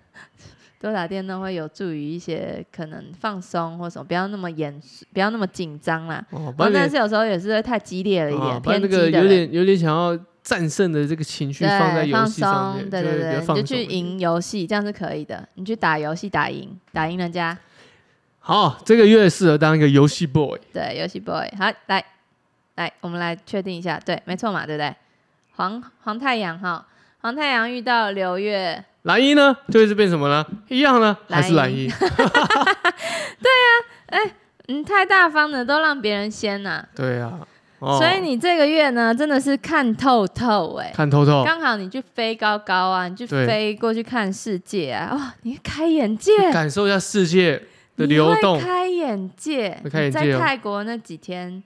Speaker 2: 多打电动会有助于一些可能放松或什么，不要那么严肃，不要那么紧张啦。
Speaker 1: 哦，把
Speaker 2: 哦，
Speaker 1: 你
Speaker 2: 但是有时候也是会太激烈了一点，
Speaker 1: 啊把
Speaker 2: 偏
Speaker 1: 那
Speaker 2: 激
Speaker 1: 个
Speaker 2: 的人
Speaker 1: 有点有点想要战胜的这个情绪
Speaker 2: 对
Speaker 1: 放在游
Speaker 2: 放
Speaker 1: 戏上面，
Speaker 2: 松，对
Speaker 1: 就
Speaker 2: 对
Speaker 1: 会比
Speaker 2: 对，
Speaker 1: 较放
Speaker 2: 你就
Speaker 1: 松
Speaker 2: 去
Speaker 1: 一点
Speaker 2: 赢游戏，这样是可以的。你去打游戏打赢，打赢人家，
Speaker 1: 好，这个月适合当一个游戏 boy。
Speaker 2: 对，游戏 boy。好，来来，我们来确定一下，对，没错嘛，对不对？黄黄太阳哈，黄太阳遇到流月，
Speaker 1: 蓝衣呢，就会是变什么呢？一样呢，还是蓝
Speaker 2: 蓝
Speaker 1: 衣？
Speaker 2: 嗯，太大方的都让别人先呐、
Speaker 1: 对
Speaker 2: [laughs]
Speaker 1: 啊，哦
Speaker 2: 所以你这个月呢，真的是看透透哎、
Speaker 1: 看透透，
Speaker 2: 刚好你去飞高高啊，你去
Speaker 1: 哦对
Speaker 2: 飞过去看世界啊，哦，你开眼界，
Speaker 1: 感受一下世界的流
Speaker 2: 你
Speaker 1: 动
Speaker 2: 会，开眼界。
Speaker 1: 会开眼界哦
Speaker 2: 你在泰国那几天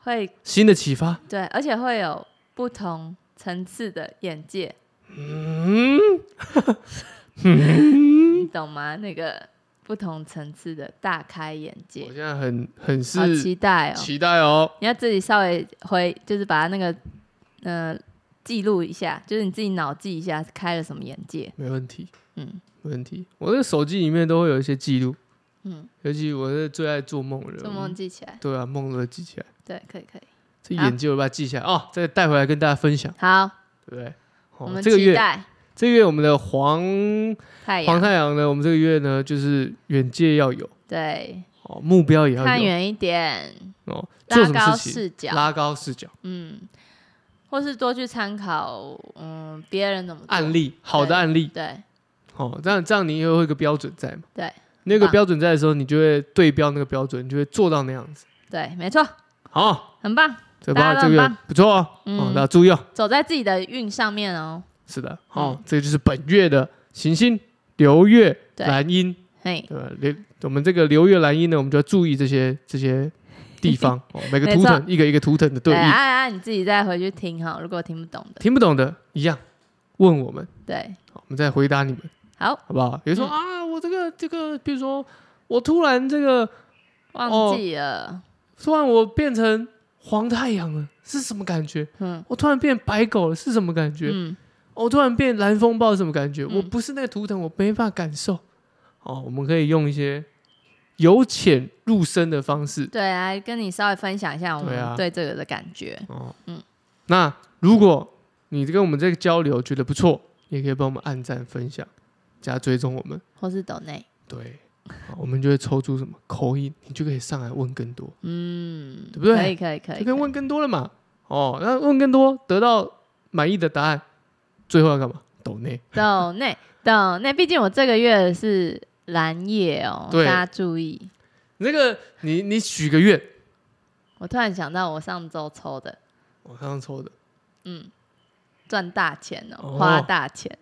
Speaker 2: 会
Speaker 1: 新的启发。
Speaker 2: 对，而且会有不同层次的眼界，
Speaker 1: 嗯，
Speaker 2: [laughs] 你懂吗？那个不同层次的大开眼
Speaker 1: 我
Speaker 2: 界，
Speaker 1: 现在很很
Speaker 2: 好
Speaker 1: 是
Speaker 2: 期待哦！
Speaker 1: 期待哦。
Speaker 2: 你要自己稍微回，就是把那个呃记录一下，就是你自己脑记一下开了什么眼界。
Speaker 1: 没问题，
Speaker 2: 嗯
Speaker 1: 没问题。我的手机里面都会有一些记录，
Speaker 2: 嗯，
Speaker 1: 尤其我是最爱做梦的人。
Speaker 2: 做梦记起来，
Speaker 1: 对啊，梦都会记起来，
Speaker 2: 对，可以可以。
Speaker 1: 这
Speaker 2: 好
Speaker 1: 眼睛我把它记起来哦，再带回来跟大家分享，
Speaker 2: 好，
Speaker 1: 对不对？
Speaker 2: 我
Speaker 1: 哦，
Speaker 2: 们
Speaker 1: 这个
Speaker 2: 期
Speaker 1: 月，
Speaker 2: 待
Speaker 1: 这个月我们的黄
Speaker 2: 太
Speaker 1: 黄
Speaker 2: 阳，
Speaker 1: 太阳呢，我们这个月呢就是远界要有
Speaker 2: 对，
Speaker 1: 哦，目标也要
Speaker 2: 看
Speaker 1: 有
Speaker 2: 远一点，
Speaker 1: 哦，做
Speaker 2: 拉
Speaker 1: 什
Speaker 2: 高
Speaker 1: 么事情
Speaker 2: 视角，
Speaker 1: 拉高视角，
Speaker 2: 嗯，或是多去参考，嗯，别人怎么做
Speaker 1: 案，例好的案例
Speaker 2: 对
Speaker 1: 哦，这样这样你也会有一个标准在嘛？
Speaker 2: 对，
Speaker 1: 你有一个
Speaker 2: 棒
Speaker 1: 标准在的时候，你就会对标那个标准，你就会做到那样子。
Speaker 2: 对，没错，
Speaker 1: 好，
Speaker 2: 很棒，
Speaker 1: 这把
Speaker 2: 大家
Speaker 1: 这
Speaker 2: 都
Speaker 1: 个
Speaker 2: 很
Speaker 1: 月
Speaker 2: 棒
Speaker 1: 不错哦，哦，
Speaker 2: 嗯
Speaker 1: 大家注意哦。
Speaker 2: 走在自己的运上面哦，
Speaker 1: 是的，哦，这就是本月的行星流月
Speaker 2: 对
Speaker 1: 蓝鹰，
Speaker 2: 嘿，
Speaker 1: 对吧？流我们这个流月蓝鹰呢，我们就要注意这些这些地
Speaker 2: [laughs]
Speaker 1: 方哦，每个
Speaker 2: 没
Speaker 1: 图
Speaker 2: 错
Speaker 1: 腾一个一个图腾的对
Speaker 2: 对，啊
Speaker 1: 应，
Speaker 2: 啊，啊你自己再回去听哈，如果听不懂的，
Speaker 1: 听不懂的一样问我们，哦
Speaker 2: 对，
Speaker 1: 好我们再回答你们，
Speaker 2: 好，
Speaker 1: 好不好？比如
Speaker 2: 嗯
Speaker 1: 说啊，我这个这个，比如说我突然这个
Speaker 2: 忘记
Speaker 1: 哦
Speaker 2: 了，
Speaker 1: 突然我变成黄太阳了，是什么感觉？
Speaker 2: 嗯
Speaker 1: 我突然变白狗了，是什么感觉？
Speaker 2: 嗯，
Speaker 1: 我突然变蓝风暴是什么感觉？
Speaker 2: 嗯
Speaker 1: 我不是那个图腾，我没办法感受。哦，我们可以用一些由浅入深的方式。
Speaker 2: 对啊，跟你稍微分享一下我
Speaker 1: 对
Speaker 2: 们
Speaker 1: 啊
Speaker 2: 对这个的感觉，
Speaker 1: 哦，
Speaker 2: 嗯
Speaker 1: 那如果你跟我们这个交流觉得不错，也可以帮我们按赞、分享、加追踪我们。
Speaker 2: 或是抖内， [laughs]
Speaker 1: 对，好我们就会抽出什么口音，你就可以上来问更多，
Speaker 2: 嗯，
Speaker 1: 对不对
Speaker 2: 可以可以可
Speaker 1: 就可
Speaker 2: 以
Speaker 1: 以
Speaker 2: 可以，
Speaker 1: 问更多了嘛。哦，那问更多得到满意的答案，最后要干嘛？抖内。
Speaker 2: 抖内抖内，毕竟我这个月是蓝夜哦，大
Speaker 1: 对
Speaker 2: 家注意，
Speaker 1: 你这个，你你许个愿，
Speaker 2: 我突然想到我上周抽的。
Speaker 1: 我刚刚抽的。
Speaker 2: 嗯，赚大钱哦，
Speaker 1: 哦
Speaker 2: 花大钱，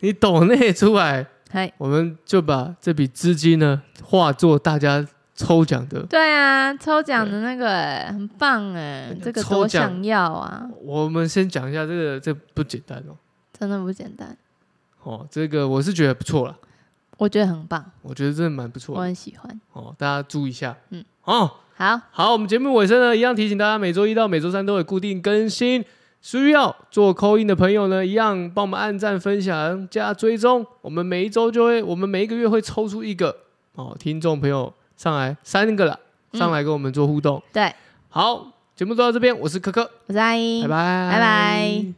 Speaker 1: 你抖内出来，
Speaker 2: 嘿，
Speaker 1: 我们就把这笔资金呢化作大家抽奖的。
Speaker 2: 对啊，抽奖的那个哎、很棒哎、这个多
Speaker 1: 抽奖
Speaker 2: 想要啊，
Speaker 1: 我们先讲一下这个，这不简单哦。
Speaker 2: 真的不简单，
Speaker 1: 哦，这个我是觉得不错了，
Speaker 2: 我觉得很棒，
Speaker 1: 我觉得真的蛮不
Speaker 2: 我
Speaker 1: 错的
Speaker 2: 很喜欢。
Speaker 1: 哦，大家注意一下。
Speaker 2: 嗯
Speaker 1: 嗯，哦，
Speaker 2: 好，
Speaker 1: 好，我们节目尾声呢，一样提醒大家，每周一到每周三都有固定更新。需要做扣印的朋友呢，一样帮我们按赞、分享、加追踪。我们每一周就会，我们每一个月会抽出一个哦，听众朋友上来三个了，
Speaker 2: 嗯
Speaker 1: 上来跟我们做互动。
Speaker 2: 对，
Speaker 1: 好，节目就到这边，我是可可，
Speaker 2: 我是阿英，
Speaker 1: 拜拜，
Speaker 2: 拜拜。